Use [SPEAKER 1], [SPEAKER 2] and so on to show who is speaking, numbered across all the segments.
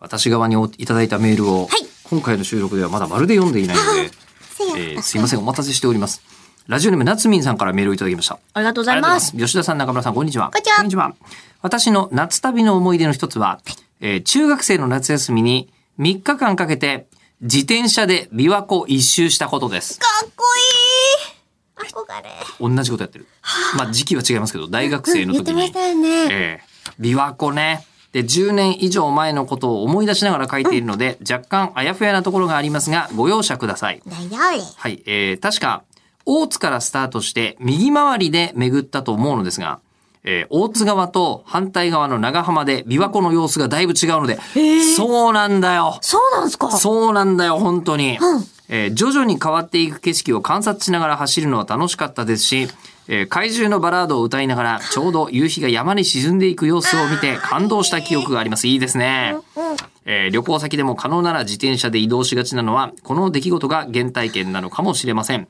[SPEAKER 1] 私側においただいたメールを、
[SPEAKER 2] はい
[SPEAKER 1] 今回の収録ではまだまるで読んでいない
[SPEAKER 2] せ
[SPEAKER 1] の
[SPEAKER 2] や
[SPEAKER 1] で、えーすいません、お待たせしております。ラジオネームなつみんさんからメールをいただきました。
[SPEAKER 2] ありがとうございます。
[SPEAKER 1] ありがとうございます吉田さん、中村さん、こんにちは。
[SPEAKER 2] こんにちは
[SPEAKER 1] 私の夏旅の思い出の一つは、えー中学生の夏休みに3日間かけて自転車で琵琶湖一周したことです。
[SPEAKER 2] かっこいい憧れ。
[SPEAKER 1] 同じことやってる。まあ時期は違いますけど、大学生の時
[SPEAKER 2] うん言
[SPEAKER 1] に
[SPEAKER 2] ってましたよね。
[SPEAKER 1] ええ琵琶湖ね。で、10年以上前のことを思い出しながら書いているので、若干あやふやなところがありますが、ご容赦ください。
[SPEAKER 2] だよれ。
[SPEAKER 1] はい、えー、確か、大津からスタートして、右回りで巡ったと思うのですが、えー、大津側と反対側の長浜で琵琶湖の様子がだいぶ違うので、そうなんだよ
[SPEAKER 2] そうなんすか
[SPEAKER 1] そうなんだよ、本当に。
[SPEAKER 2] うん
[SPEAKER 1] えー徐々に変わっていく景色を観察しながら走るのは楽しかったですし、えー怪獣のバラードを歌いながら、ちょうど夕日が山に沈んでいく様子を見て感動した記憶があります。いいですね。
[SPEAKER 2] うん。
[SPEAKER 1] えー旅行先でも可能なら自転車で移動しがちなのは、この出来事が原体験なのかもしれません。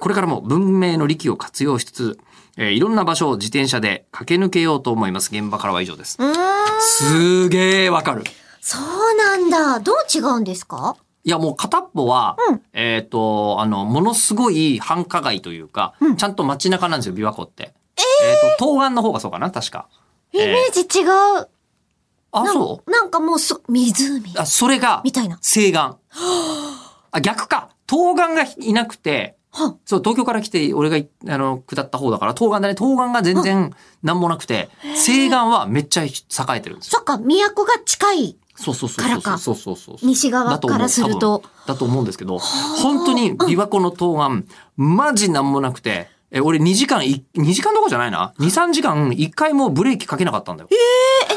[SPEAKER 1] これからも文明の利器を活用しつつ、えーいろんな場所を自転車で駆け抜けようと思います。現場からは以上です。
[SPEAKER 2] うーん。
[SPEAKER 1] すげーわかる。
[SPEAKER 2] そうなんだ。どう違うんですか
[SPEAKER 1] いや、もう片っぽは、えっ、と、あの、ものすごい繁華街というか、ちゃんと街中なんですよ、琵琶湖って。えっ、と、東岸の方がそうかな、確か。
[SPEAKER 2] イメージ違う。
[SPEAKER 1] あ、
[SPEAKER 2] なん
[SPEAKER 1] そう
[SPEAKER 2] なんかもうそ、湖。
[SPEAKER 1] あ、それが、
[SPEAKER 2] みたいな
[SPEAKER 1] 西 岸。あ、逆か。東岸がいなくて、
[SPEAKER 2] は
[SPEAKER 1] そう、東京から来て、俺がい、あの、下った方だから、東岸だね。東岸が全然なんもなくて、西岸はめっちゃ栄えてるんですよ。
[SPEAKER 2] そっか、都が近い。
[SPEAKER 1] そうそうそう
[SPEAKER 2] から
[SPEAKER 1] そう。
[SPEAKER 2] か
[SPEAKER 1] そうそうそうそう。
[SPEAKER 2] 西側
[SPEAKER 1] だと思う
[SPEAKER 2] からすると
[SPEAKER 1] 多分だと思うんですけど、本当に琵琶湖の東岸、マジなんもなくて、え、俺2時間い、2時間どころじゃないな。2、3時間、1回もブレーキかけなかったんだよ。
[SPEAKER 2] あれ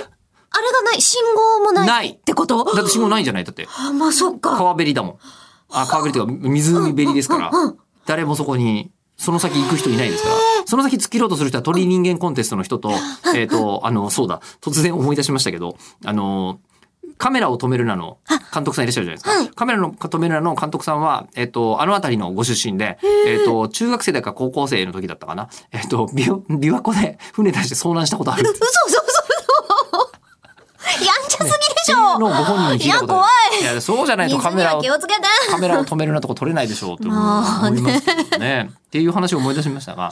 [SPEAKER 2] がない、信号もない。
[SPEAKER 1] ない
[SPEAKER 2] ってこと
[SPEAKER 1] だって信号ないんじゃないだって。
[SPEAKER 2] あ、まあそっか。
[SPEAKER 1] 川べりだもん。あ、川べりというか、湖べりですから
[SPEAKER 2] うんうんうん、
[SPEAKER 1] 誰もそこに、その先行く人いないですから、その先突き切ろうとする人は鳥人間コンテストの人と、えっ、と、あの、そうだ、突然思い出しましたけど、あの、カメラを止めるなの監督さんいらっしゃるじゃないですか。
[SPEAKER 2] はい
[SPEAKER 1] カメラの止めるなの監督さんは、えっ、と、あの辺りのご出身で、えっ、と、中学生だか高校生の時だったかな。えっ、と、琵琶琵琶湖で船出して遭難したことある。
[SPEAKER 2] 嘘嘘 嘘嘘。やんちゃすぎでしょ。
[SPEAKER 1] のご本人に聞いたことある。いや、そうじゃないと
[SPEAKER 2] 水
[SPEAKER 1] カ
[SPEAKER 2] に
[SPEAKER 1] メラ
[SPEAKER 2] は
[SPEAKER 1] を
[SPEAKER 2] 気をつけて。
[SPEAKER 1] カメラを止めるようなとこ撮れないでしょうって思いますけどね。っていう話を思い出しましたが、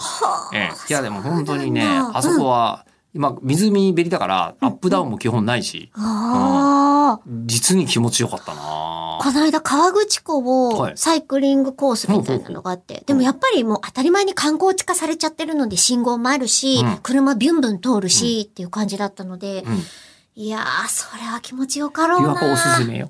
[SPEAKER 1] ええ、いやでも本当にね、
[SPEAKER 2] そうなんだ
[SPEAKER 1] あそこは、今、湖べりだから、アップダウンも基本ないし、
[SPEAKER 2] ああ。
[SPEAKER 1] 実に気持ちよかったな
[SPEAKER 2] この間川口湖
[SPEAKER 1] は
[SPEAKER 2] を
[SPEAKER 1] い
[SPEAKER 2] サイクリングコースみたいなのがあって、でもやっぱりもう当たり前に観光地化されちゃってるので信号もあるし
[SPEAKER 1] うん、
[SPEAKER 2] 車ビュンビュン通るしっていう感じだったので
[SPEAKER 1] う、ん。
[SPEAKER 2] いやー、それは気持ちよかろう
[SPEAKER 1] 琵琶
[SPEAKER 2] な。
[SPEAKER 1] 湖おすすめよ。